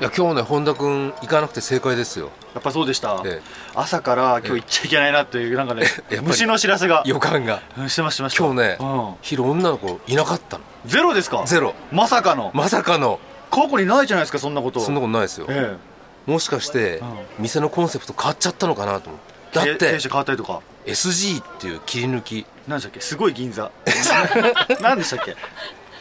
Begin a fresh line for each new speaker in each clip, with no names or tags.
いや今日ね本田君行かなくて正解ですよ
やっぱそうでした、
え
朝から今日行っちゃいけないなというな んかね
ぱり
虫の知らせが
予感が
うんしてましたしてました
今日ね
う
昼女の子いなかったの
ん、ゼロですか
ゼロ
まさかの
まさかの
過去にないじゃないですかそんなこと
そんなことないですよ
え
もしかして
うん
店のコンセプト変わっちゃったのかなと思って
え
だっ
経
て
営者変わったりとか
SG っていう切り抜き
何でしたっけすごい 銀座何でしたっけ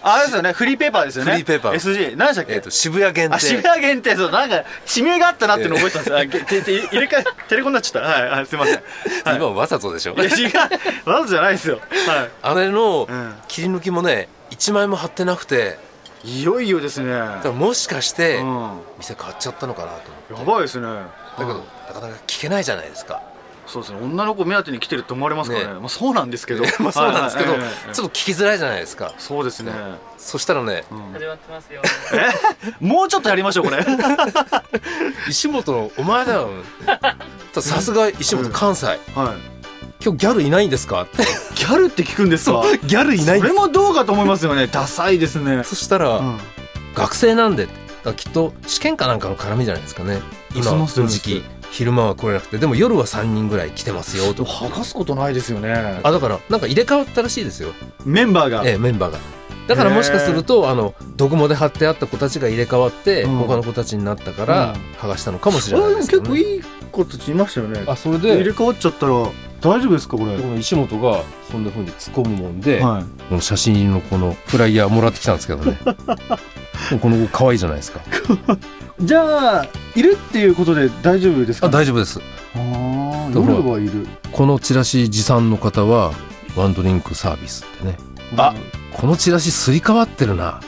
ああれですよねフリーペーパーですよね
フリーペーパー
SG 何でしたっけ、
えっと渋谷限
あ渋
定
谷限定そうなんか地名があったなっていうの覚えてたんですよあげてて入れ替えテレコになっちゃったはい、はい、すいません、はい、
今わざとでしょ
いや違うわざじゃないですよ、は
あれの
うん
切り抜きもね1枚も貼ってなくて
い、いよいよですね
だからもしかして
うん
店変わっちゃったのかなと思って
やばいですね
だけどなかなか聞けないじゃないですか
そうですね女の子目当てに来てると思われますからね
ね
まあ、そうなんですけど
まあそうなんですけど
はいはいはいはい
ちょっと聞きづらいじゃないですか
そうですね、
そしたらね
うん
始まってますよ。
えもうちょっとやりましょう これは
石本のお前だよさすが石本関西
い
今日ギャルいないんですかって
ギャルって聞くんですか
ギャルい
それもどうかと思いますよねダサいですね
そしたら、
うん
学生なんでだからきっと試験かなんかの絡みじゃないですかね今
そ
の
のそうです
時期昼間は来れなくてでも夜は3人ぐらい来てますよとか
剥がすことないですよね
あだからなんか入れ替わったらしいですよ、
メンバーが、
ええ、メンバーがだからもしかするとあのドクモで貼ってあった子たちが入れ替わって、
うん
他の子たちになったから
うん
剥がしたのかもしれないですけど、ね
いい子たちいましたよね
あそれ
入れ
で
替わっちゃったら大丈夫ですかこれ、
この石本がそんな風に突っ込むもんで、
はい
この写真のこのフライヤーもらってきたんですけ どねでもこの子可愛いじゃないですか
じゃあいるっていうことで大丈夫ですか、
あ大丈夫です
あー
だから
夜はいる
このチラシ持参の方はワンドリンクサービスってねあこのチラシすり替わってる な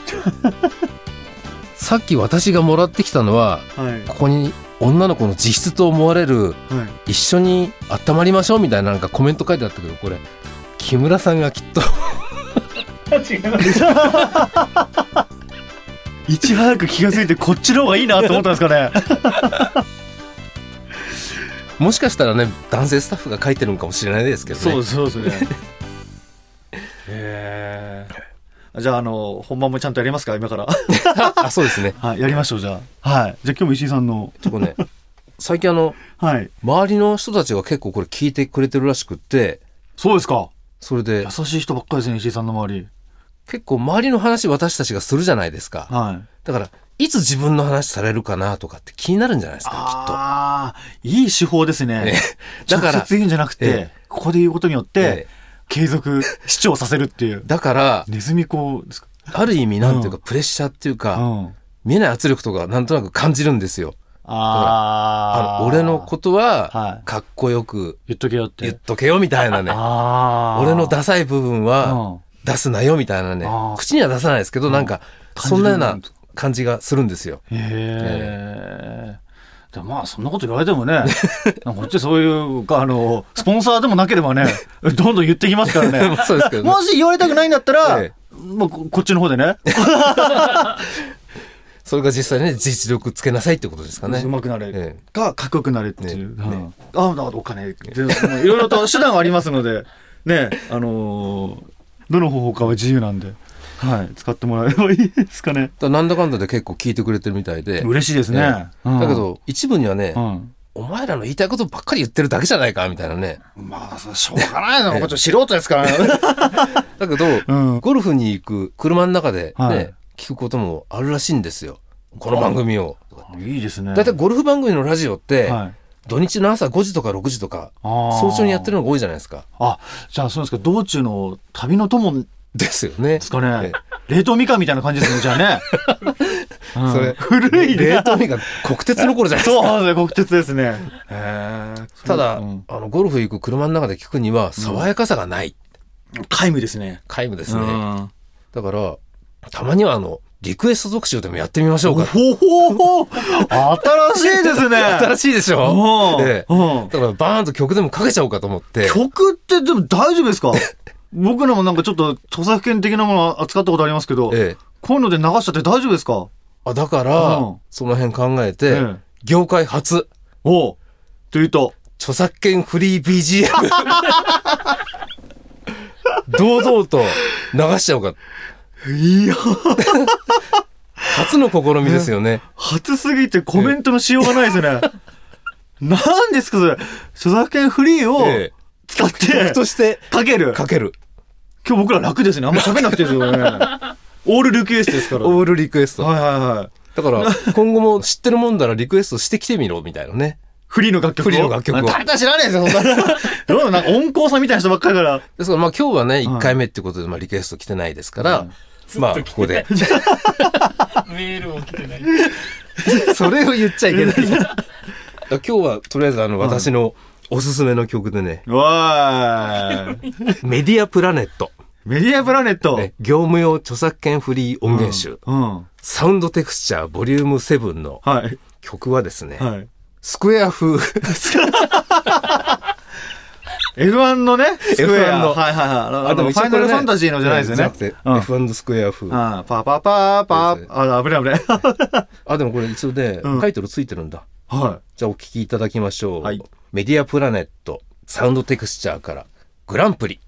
さっき私がもらってきたのは
うんはい
ここに女の子の自筆と思われる
はい
一緒に温まりましょうみたいななんかコメント書いてあったけどこれ木村さんがきっと
いち早く気が付いてこっちの方がいいなと思ったんですかね
もしかしたらね男性スタッフが書いてるのかもしれないですけどね
そうそうですねへえじゃああの本番もちゃんとやりますか今から
あそうですね
はいやりましょうじゃあはいじゃあ今日も石井さんの
ちょっとね最近あの
はい
周りの人たちが結構これ聞いてくれてるらしくって
そうですか
それで
優しい人ばっかりですね石井さんの周り
結構周りの話私たちがするじゃないですか。
はい
だから、いつ自分の話されるかなとかって気になるんじゃないですか、
ああいい手法ですね
えだから
直接言うんじゃなくて、
え
ここで言うことによっ
きっと。
て、
え
継続視聴させるっていう
えだから、
ネズミ講ですか
ある意味なんていうか
う
プレッシャーっていう
う
か、
ん
見えない圧力とかなんとなく感じるんですよ。あ
ああ
の、俺の
と
こと
は、
はいかっこよく
言っとけよって
言っとけよみたいなね。
ああ
俺のダサい部分は出すなよみたいなね
あ。ー
口には出さないですけど、なんか、
感じる
そんなような感じがするんですよ。
へえでもまあそんなこと言われてもね なんかこっちそういうあのスポンサーでもなければね どんどん言ってきますか らね
そうですけどね。
もし言われたくないんだったら、
え
まあ、ここっちの方でね
それが実際ね、実力つけなさいってことですかね
う。まくなれ
え
がかっこよくなれっていう、
ね
うん
ね
あだからお金でもういろいろと手段はありますので ねあのーどの方法かは自由なんで、はい、使ってもらえればいいですかね
だからなんだかんだで結構聞いてくれてるみたいで。
嬉しいですね、
ええ
うん
だけ、ど、一部にはね
う、ん、
お前らの言いたいことばっかり言ってるだけじゃないか、みたいなね。
まあしょうがないなこっちは素人ですからね、
だけど、
うん、
ゴルフに行く車の中でね、
はい
聞くこともあるらしいんですよ。この番組を。
いいですね
だいたいゴルフ番組のラジオって、
はい、
土日の朝5時とか6時とか、早朝にやって
る
るのが多いじゃないですか。
あじゃあそうですか道中の旅の友で
ですよね。
すかね、冷凍みかんみたいな感じですねじゃ あね、うん
それ
古いね
冷凍みかん、国鉄の頃じゃないです
そ
か。
うですね、国鉄ですね。へえ。
ただ、
うん
あの、ゴルフ行く車の中で聞くには、爽やかさがない。
皆無ですね。
皆無で
です
ね。だから、たまにはあの、リクエスト特集でもやってみましょうか。
ほほほ新しいですね。
新
しい。
しいでしょ
う
ええ
ん。
だからバーンと曲でもかけちゃおうかと思って。
曲ってでも大丈夫ですか僕らもなんかちょっと著作権的なもの扱ったことありますけど、
ええ、
こういうので流しちゃって大丈夫ですか
あだから、
うん
その辺考えて、
ええ
業界初、
おう。というと。
著作権フリー BGM。堂々と流しちゃおうか。
いや。
初の試みですよね。
初すぎてコメントのしようがないですよね。何ですかそれ。著作権フリーを
ええ
使って、
曲として
かける。
かける。
今日僕ら楽ですね。あんま喋んなくていいです よね。オールリクエストですから。はい
オールリクエスト。
はいはい。
だから、今後も知ってるもんだらリクエストしてきてみろ、みたいなね。
フリーの楽曲
フ
を。
リーの楽曲を
大体知らないですよ、そんな。 どうなのなんか温厚さんみたいな人ばっかりだから。
ですから、まあ今日はね、1回目ってことで、まあリクエスト来てないですから、まあここで。
メールも来てない。
それを言っちゃいけない。だから今日は、とりあえずあの、私のおすすめの曲でね、
わーい。
メディアプラネット。
メディアプラネット。
ね業務用著作権フリー音源集、
うん。
サウンドテクスチャーボリューム7の
はい。
曲はですね、
はい。
スクエア風
F1 のね、スクエ
F1
ア。
の
はいはいはい。
で
あの、
も
フ
一応
ァ
こ
イナ
れ
ル
ね
ファンタジーのじゃないですよ
じゃな
ね
くて。
うん。
F1 のスクエア風、
うんパパパパー、あ、危ない危ない。
あでもこれ一応ね、
うん
タイトルついてるんだ
は
じゃあお聴きいただきましょう、
はい
メディアプラネットサウンドテクスチャーからグランプリ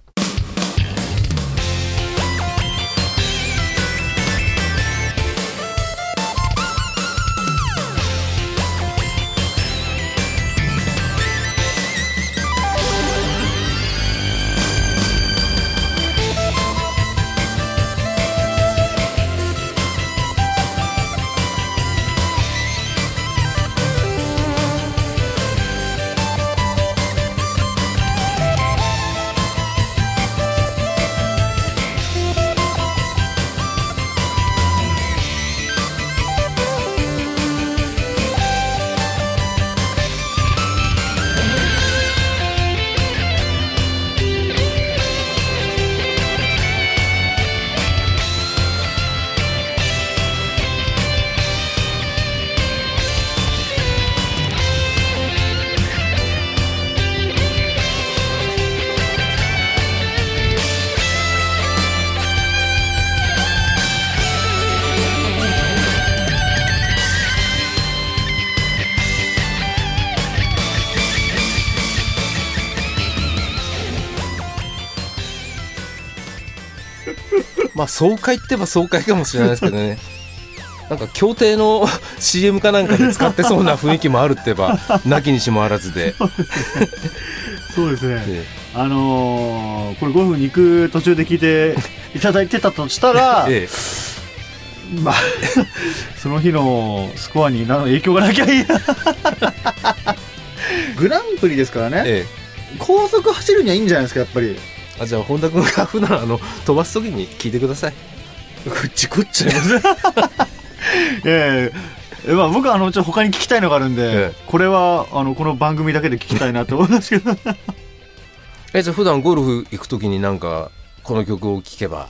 まあ爽快って言えば爽快かもしれないですけど ねなんか協定の CM かなんかで使ってそうな雰囲気もあるって言え ばなきにしもあらずで、
い。そうですね。
え
あのー、これ5分に行く途中で聞 いていただいてたとしたら
え、ええ
まあ、 その日のスコアに何の影響がなきゃいいな。グランプリですからね。
え
高速走るにはいいんじゃないですか、やっぱり。
えあじゃあ本田君が普段あの飛ばす時に聞いてください
こっちこっちええまあ、僕はあのちょっと他に聞きたいのがあるんで、
え
これはあのこの番組だけで聞きたいなと思いますけど
えじゃあ普段ゴルフ行く時になんかこの曲を聴けば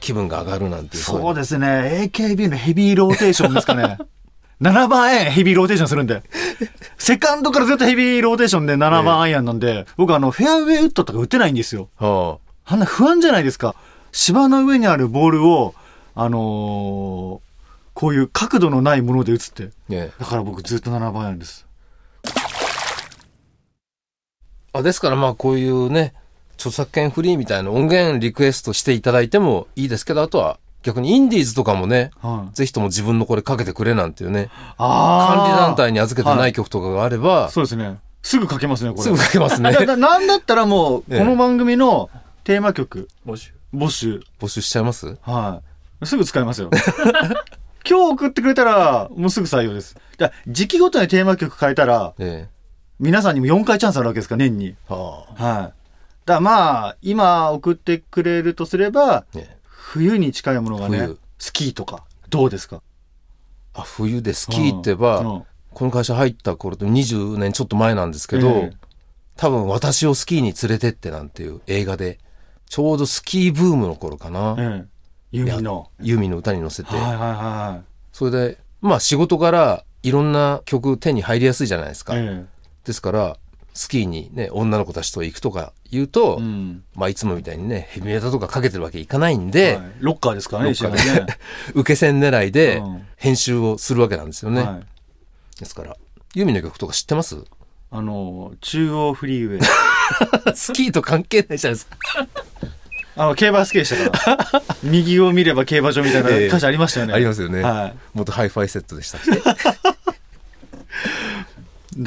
気分が上がるなんていう
そうですね AKB のヘビーローテーションですか ね7番アイアンヘビーローテーションするんでセカンドからずっとヘビーローテーションで7番アイアンなんで、僕あのフェアウェイウッドとか打てないんですよ
は
あんな不安じゃないですか芝の上にあるボールをあのーこういう角度のないもので打つって
あ、ね、
だから僕ずっと7番アイアンです
あですからまあこういうね著作権フリーみたいな音源リクエストしていただいてもいいですけどあとは逆にインディーズとかもね
はい
ぜひとも自分のこれかけてくれなんていうね
あー
管理団体に預けてない曲とかがあれば、
そうですね。すぐ書けますね、これ。
すぐかけますね
だだなんだったらもう、
ええ
この番組のテーマ曲、
募集。
募集。
募集しちゃいます
はい。すぐ使いますよ。 今日送ってくれたら、もうすぐ採用です。だから時期ごとにテーマ曲変えたら、
え
皆さんにも4回チャンスあるわけですから、年に。
えは
はい。だからまあ、今送ってくれるとすれば、
あ、ね
冬に近いものがね
冬、
スキーとか、どうですか
あ冬でスキーってば、
うんうん
この会社入った頃と20年ちょっと前なんですけど、
ええ
多分私をスキーに連れてってなんていう映画で、ちょうどスキーブームの頃かな。
ええ。ユミの。
ユーミンの歌に乗せて。
はいはいは
それで、まあ仕事からいろんな曲手に入りやすいじゃないですか。
いはい。え
ですから、スキーにね、女の子たちと行くとか言うと、
え。うん。
まあいつもみたいにね、ヘビメタとかかけてるわけいかないんで、
はいロッカーですからね、
ロッカーで
一緒にね。
受け線狙いで
うん
編集をするわけなんですよ ね。
はい、
ですから、ユーミンの曲とか知ってます
あの中央フリーウェイ
スキーと関係ないじゃないですか。
あの競馬好きでしたから 右を見れば競馬場みたいな歌詞ありましたよね、
ありますよね。
はい
元ハイファイセットでした。
だか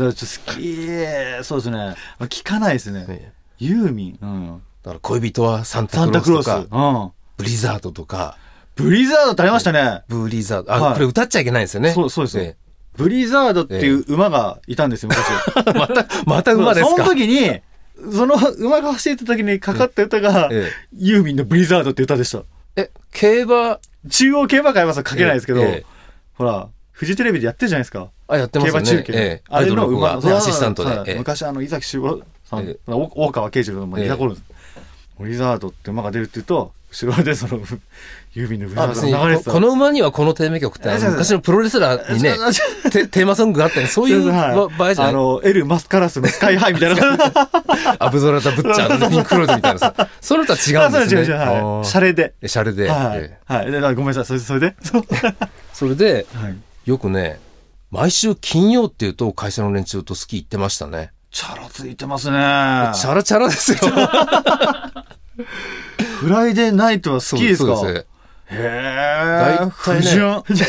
らちょっと好きそうですね聞かないですね
ね
ユーミン、うん、
だから恋人はサン
サ
タ
ンタ
ク
クロ
ロ
ー
ース
ス
とか、
うん、
ブリザードとか、
ブリザードってありましたね、
ブリザード。あ、
はい
これ歌っちゃいけないんですよね。
そうそうですよ、
ね
ブリザードっていう馬がいたんですよ昔
また、また馬です
その
か。
時にその馬が走ってた時にかかった歌が、
え
ユーミンの「ブリザード」って歌でした
え、競馬、
中央競馬会はさかけないですけど、
ええ
ほらフジテレビでやってるじゃないですか
あ、やってま
競
すよ
馬
ね。
中継、
ええ
あれの馬
アイドルの子がね、アシスタントで
はい。
ええ
昔あの伊崎修吾さん、
ええ
お大川慶次郎のまあ
ええ
いた頃です、リザードって馬が出るって言うと後ろでその ユーミンのブリザ
あ、
ー
別
ドが流れ
に
て
こ、
た
この馬にはこのテーマ曲って、あ
ええそ
の
うそう
昔のプロレスラ ーにね、テテーマソングがあったり、そういうば場合じゃ
あ
ない。
の、エル・マスカラスのスカイハイみ たいな。
アブゾラダ・ブッチャーのピンク・フロイドみたいなさ、それとは違うんです
違う
ね
違う、。
あ
はい。
ー
シャレで。
えシャレで。
は
え
い
え。
はい。でごめんなさい、それで、それで。そう
それで、
はい。
よくね、毎週金曜っていうと会社の連中とスキー行ってましたね。
チャラついてますね。
チャラチャラですよ。
フライデーナイトは好きですか
そうです。
へ
大
ー。
体ね
不純。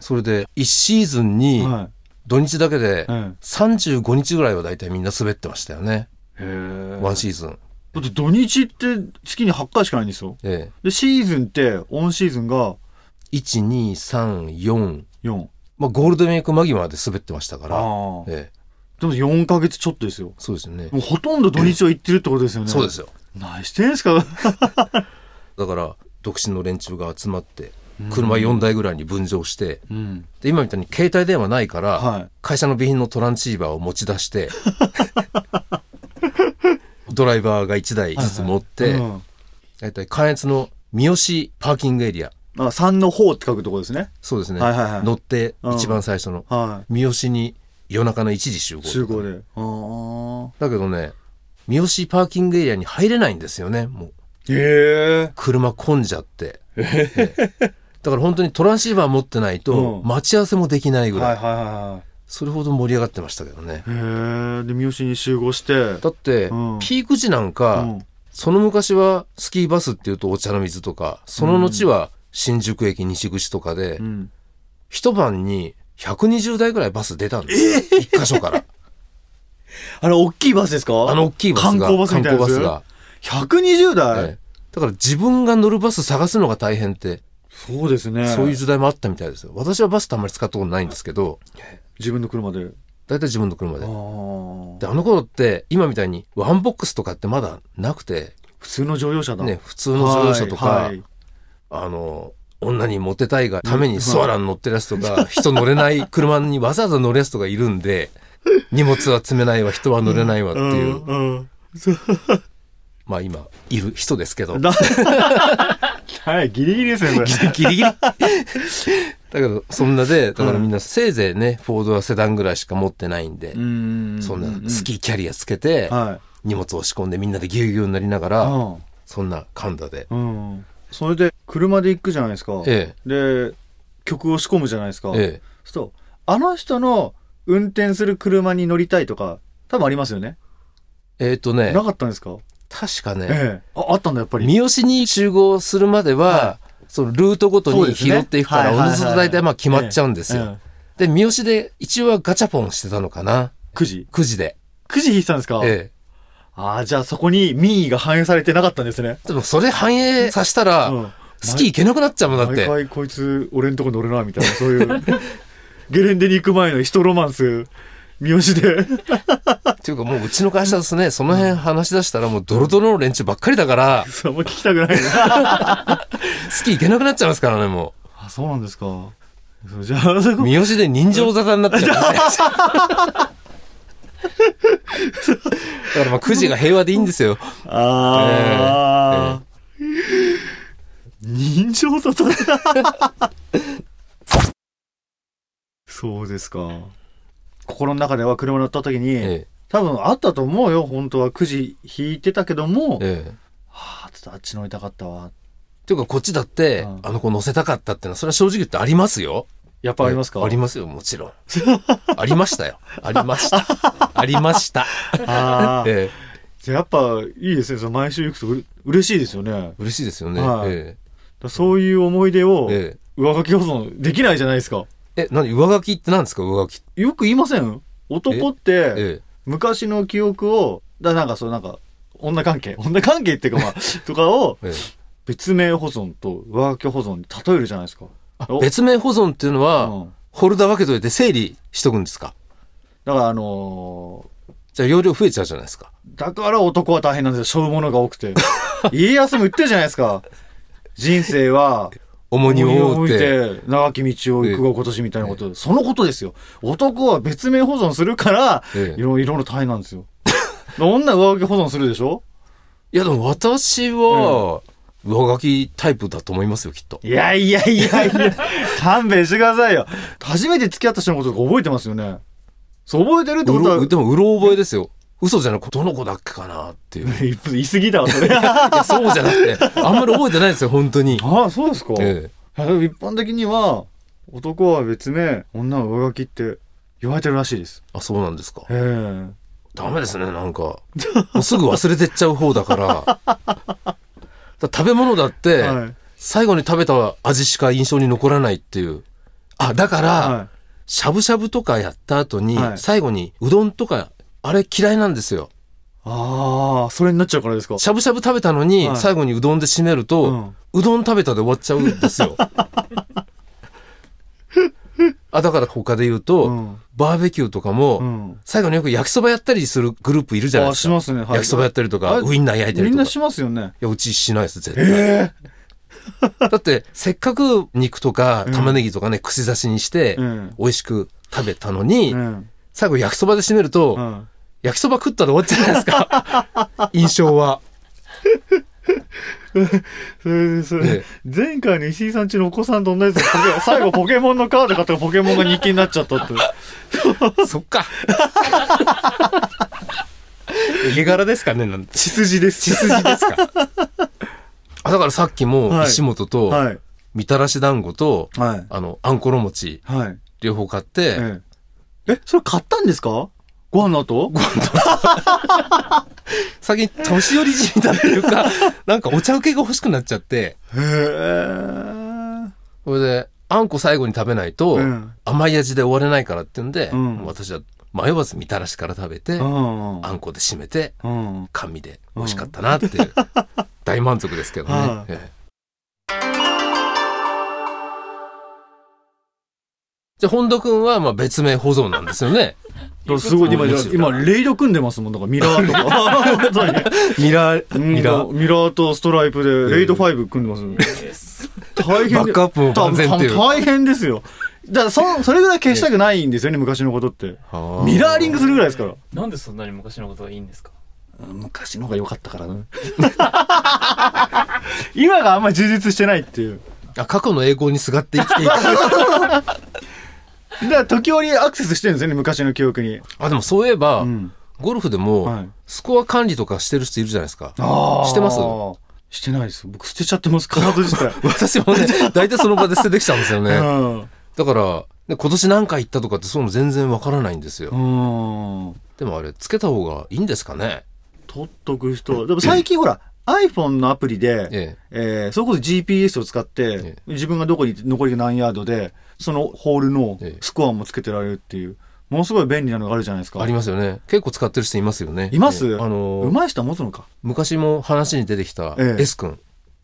それで、1シーズンに
は
土日だけで
い。うん
35日ぐらいは大体みんな滑ってましたよね。
へー
ワンシーズン。
だって土日って月に8回しかないんですよ。
え
で、シーズンって、オンシーズンが
え。1、2、3、4。
4。
まあ、ゴールデンウィーク間際まで滑ってましたから。
ああ。
ええ。
でも4ヶ月ちょっとですよ。
そうですよね
も。うほとんど土日は行ってるってことですよね。
そうです。よ。
何してんすか
だから、独身の連中が集まって、車4台ぐらいに分乗して、
うん。
で今みたいに携帯電話ないから、
はい
会社の備品のトランシーバーを持ち出して、 ドライバーが1台ずつ持って、
うん
大体関越の三好パーキングエリア、
あ、3の方って書くとこですね。
そうですね、
はいはいはい
乗って
うん
一番最初の、
は
三好に夜中の1時集合
い。集合で。あ
だけどね、三好パーキングエリアに入れないんですよね、もう。
あ。へえ。
車混んじゃって。ねだから本当にトランシーバー持ってないと
うん
待ち合わせもできないぐら、
はいいはいは
それほど盛り上がってましたけどね。
いはい。へえ。で、三好に集合して。
だって、
うん
ピーク時なんか、
うん
その昔はスキーバスっていうとお茶の水とか、その後は新宿駅西口とかで、
うん。
一晩に120台ぐらいバス出たんですよ。一箇所から。
あれ、大きいバスですか
あの大きいバスが。
観光バスみたいなや
観
つ
光バ
120
スが、
台、
ええだから自分が乗るバス探すのが大変って、
そうですね。
そういう時代もあったみたいですよ。私はバスってあんまり使ったことないんですけど、
自分の車で。
だいたい自分の車で。
あ
で、
あ。
あの頃って今みたいにワンボックスとかってまだなくて、
普通の乗用車だ。
ね、普通の乗用車とか、
はいはい
あの、女にモテたいがためにソアラに乗ってるやつとか、人乗れない車にわざわざ乗るやつとかいるんで、 荷物は積めないわ、人は乗れないわっていう、
んうんそう
まあ今、いる人ですけど、
だ はい、ギリギリですね、これ。
ギリギリ。だけど、そんなで、だからみんなせいぜいね、フォードはセダンぐらいしか持ってないんで、
ん
そんなスキーキャリアつけて、
は
荷物を仕込んでみんなでギュウギュウになりなが
い。
ら、
うん
そんなカンダで。
うん。それで、車で行くじゃないですか。
え
で、曲を仕込むじゃないですか。
え、ええ、
そう。あの人の運転する車に乗りたいとか、多分ありますよね。
えっ、とね
な、かったんですか
確かね、
ええ。あ、あったんだ、やっぱり。
三好に集合するまでは、
は
そのルートごと
そう
に
ですね
拾っていくか
は
ら、
い
お
はいはい
のずと大体まあ決まっちゃうんですよ。
え
で、三好で一応はガチャポンしてたのかな
え。9時。
?9 時で。
9時引いてたんですか
え
ああ、じゃあそこに民意が反映されてなかったんですね。
え。でもそれ反映させたら、
うん
スキー行けなくなっちゃうもんだっ
毎
て。
回こいつ俺んとこ乗るなみたいなそういう ゲレンデに行く前の人ロマンス三好で
っていうかもううちの会社ですね、その辺話し出したらもうドロドロの連中ばっかりだから、
そうあんま聞きたくない な
スキー行けなくなっちゃいますからね、も。
あそうなんですかそうじゃあそう
三好で人情坂になっちゃうからね。 だからまあ9時が平和でいいんですよ。
ああ、人情沙汰だ そうですか心の中では車乗った時に、
え
多分あったと思うよ本当はくじ引いてたけども
え。、ええ。
はあちょっとあっち乗りたかったわ
っていうか、こっちだって、
うん
あの子乗せたかったってのは、それは正直言ってありますよ。
やっぱありますか
ありますよ、もちろん。 ありましたよ。ありました。ありました。
ああ
え
やっぱいいですね。その毎週行くとうれ嬉しいですよね。だか
嬉しいですよね。
はい
え
らそういう思い出を
ええ
上書き保存できないじゃないですか。
え。え、何上書きって何ですか上書きって。
よく言いません男って
え
昔の記憶を、だなんかそうなんか女関係、女関係っていうか まあ、とかを
えええ
別名保存と上書き保存に例えるじゃないですか。お
別名保存っていうのは、
うん
ホルダー分けといて整理しとくんですか
だからあのー
じゃあ容量増えちゃうじゃないですか。
だから男は大変なんですよ。背負うものが多く て。家康も言ってるじゃないですか。人生は、
重荷を負
重
う
い
て。
て、長き道を行くが今年みたいなこと。そのことですよ。男は別名保存するから、
ええ
いろいろな大変なんですよ。女は上書き保存するでしょ
いやでも私は、上書きタイプだと思いますよ、きっと。
いやいやいやい や、勘弁してくださいよ。初めて付き合った人のこととか覚えてますよね。そう覚えてるって
う
ことは
ろ、でも、うろ覚えですよ。嘘じゃなく、どの子だっけかなっていう。い
言い過ぎだわ、そ れ。
や、そうじゃなくて、あんまり覚えてないですよ、本当に。
ああ、そうですか。
え
あでも 一般的には男は別名女は上書きって言われてるらしいです
えあ、そうなんですか。
へえ
ダメですね、なんか。もうすぐ忘れてっちゃう方だから。 だから食べ物だって、
はい
最後に食べた味しか印象に残らないっていう。あ、だから、
は
しゃぶしゃぶとかやった後に、
はい
最後にうどんとか、あれ嫌いなんですよ。
いああそれになっちゃうからですか
しゃぶしゃぶ食べたのに、
はい
最後にうどんで締めると、
う
うんどん食べたで終わっちゃうんです よ。あ、だから他で言うと、
うん
バーベキューとかも、
うん
最後によく焼きそばやったりするグループいるじゃない
あ
で
あ
す
し
か。
ますね、はい、
焼きそばやったりとか、
あ
ウインナー焼いたり
み
と
ん
か。
ないしますよね
や、うちしないです、絶対。
え
だって、せっかく肉とか玉ねぎとかね、串刺しにして、
うん
美味しく食べたのに、
えうん
最後焼きそばで締めると、
うん
焼きそば食ったら終わっちゃうじゃないです か。印象は。
それでそれ、
え
前回の石井さんちのお子さんと同じですポケ 最後ポケモンのカード買ったらポケモンが日記になっちゃったって
そっ か。家柄ですかねなんて
血筋です
血筋ですか。あだからさっきも
はい
石本と、
はい
みたらし団子と、
はい
あの、あんころ餅、
はい
両方買って、
えええそれ買ったんですかご飯の後
最近年寄りじみたっていう か、なんかお茶受けが欲しくなっちゃって、
へえ
それで、あんこ最後に食べないと、
うん
甘い味で終われないからっていうんで、
うん
もう私は迷わずみたらしから食べて、
うん
あんこで締めて、
うん
甘味で美味しかったなって いう、大満足ですけどね。
はい
ええじゃあ、本田くんは、まあ、別名保存なんですよね。
だからすごい、今、
うん
今、レイド組んでますもん、だからミラーとか。本当に
ミラー、
ミ
ミ
ラ
ラ
ーミラーとストライプで、レイド5組んでますもん。大変で
バックアップも万全っていう
多分大変ですよ。だからそ、それぐらい消したくないんですよね、昔のことって。
ー。
ミラーリングするぐらいですから。
なんでそんなに昔のことがいいんですか
昔の方が良かったからね。 今があんまり充実してないっていう。
あ、過去の栄光にすがって生きていく。
だから、時折アクセスしてるんですよね、昔の記憶に。
あ、でもそういえば、
うん
ゴルフでも、
はい
スコア管理とかしてる人いるじゃないですか。
あ
してます
してないです。僕捨てちゃってます、カード自 体。
私もね、大体その場で捨ててきたんですよね。
うん
だから、ね今年何回行ったとかってそういうの全然わからないんですよ。
うん。
でもあれ、つけた方がいいんですかね
取っとく人はでも最近ほら iPhone のアプリで、え
え
ーそれこそ GPS を使って、
え
自分がどこに残りが何ヤードでそのホールの
ええ
スコアもつけてられるっていうものすごい便利なのがあるじゃないです
え。
か
ありますよね。結構使ってる人いますよね。
います、
ええあの
う
ー、
まい人は持つのか
昔も話に出てきた
ええ
S 君。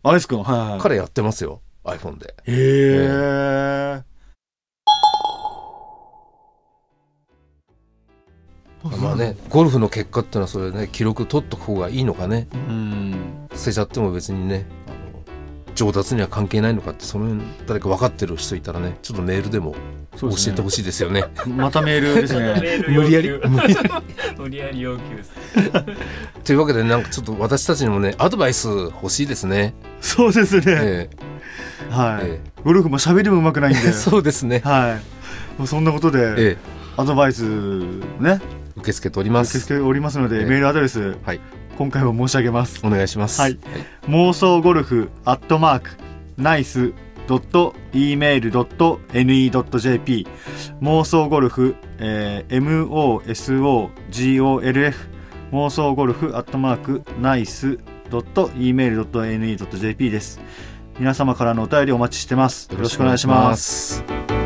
アイス君はいはいはい
彼やってますよ。iPhone で。
へえ
まあね、ゴルフの結果ってのはそれね、記録取っとく方がいいのかね。
うん
捨てちゃっても別にね、あの、上達には関係ないのかって、その辺誰か分かってる人いたらね、ちょっとメールでも
そ
教
うです
え
ね
てほしいですよね。
また メールですね
無理やり。無理やり
無理やり要求です
というわけでなんかちょっと私たちにもねアドバイス欲しいですね。
そうですね、
え
はい、
え
ゴルフも喋りもうまくないんで
え そうですね。
はいもうそんなことで、
ええ
アドバイスね
受け付けておりま
受け
す。
付けておりますので、
ええ
メールアドレス、
はい
今回も申し上げます
お願いします。
はい妄想ゴルフアットマークナイスドット email.ne.jp 妄想ゴルフ、えー moso golf 妄想ゴルフアットマークナイス .email.ne.jp です皆様からのお便りお待ちしてますよろしくお願いします
す。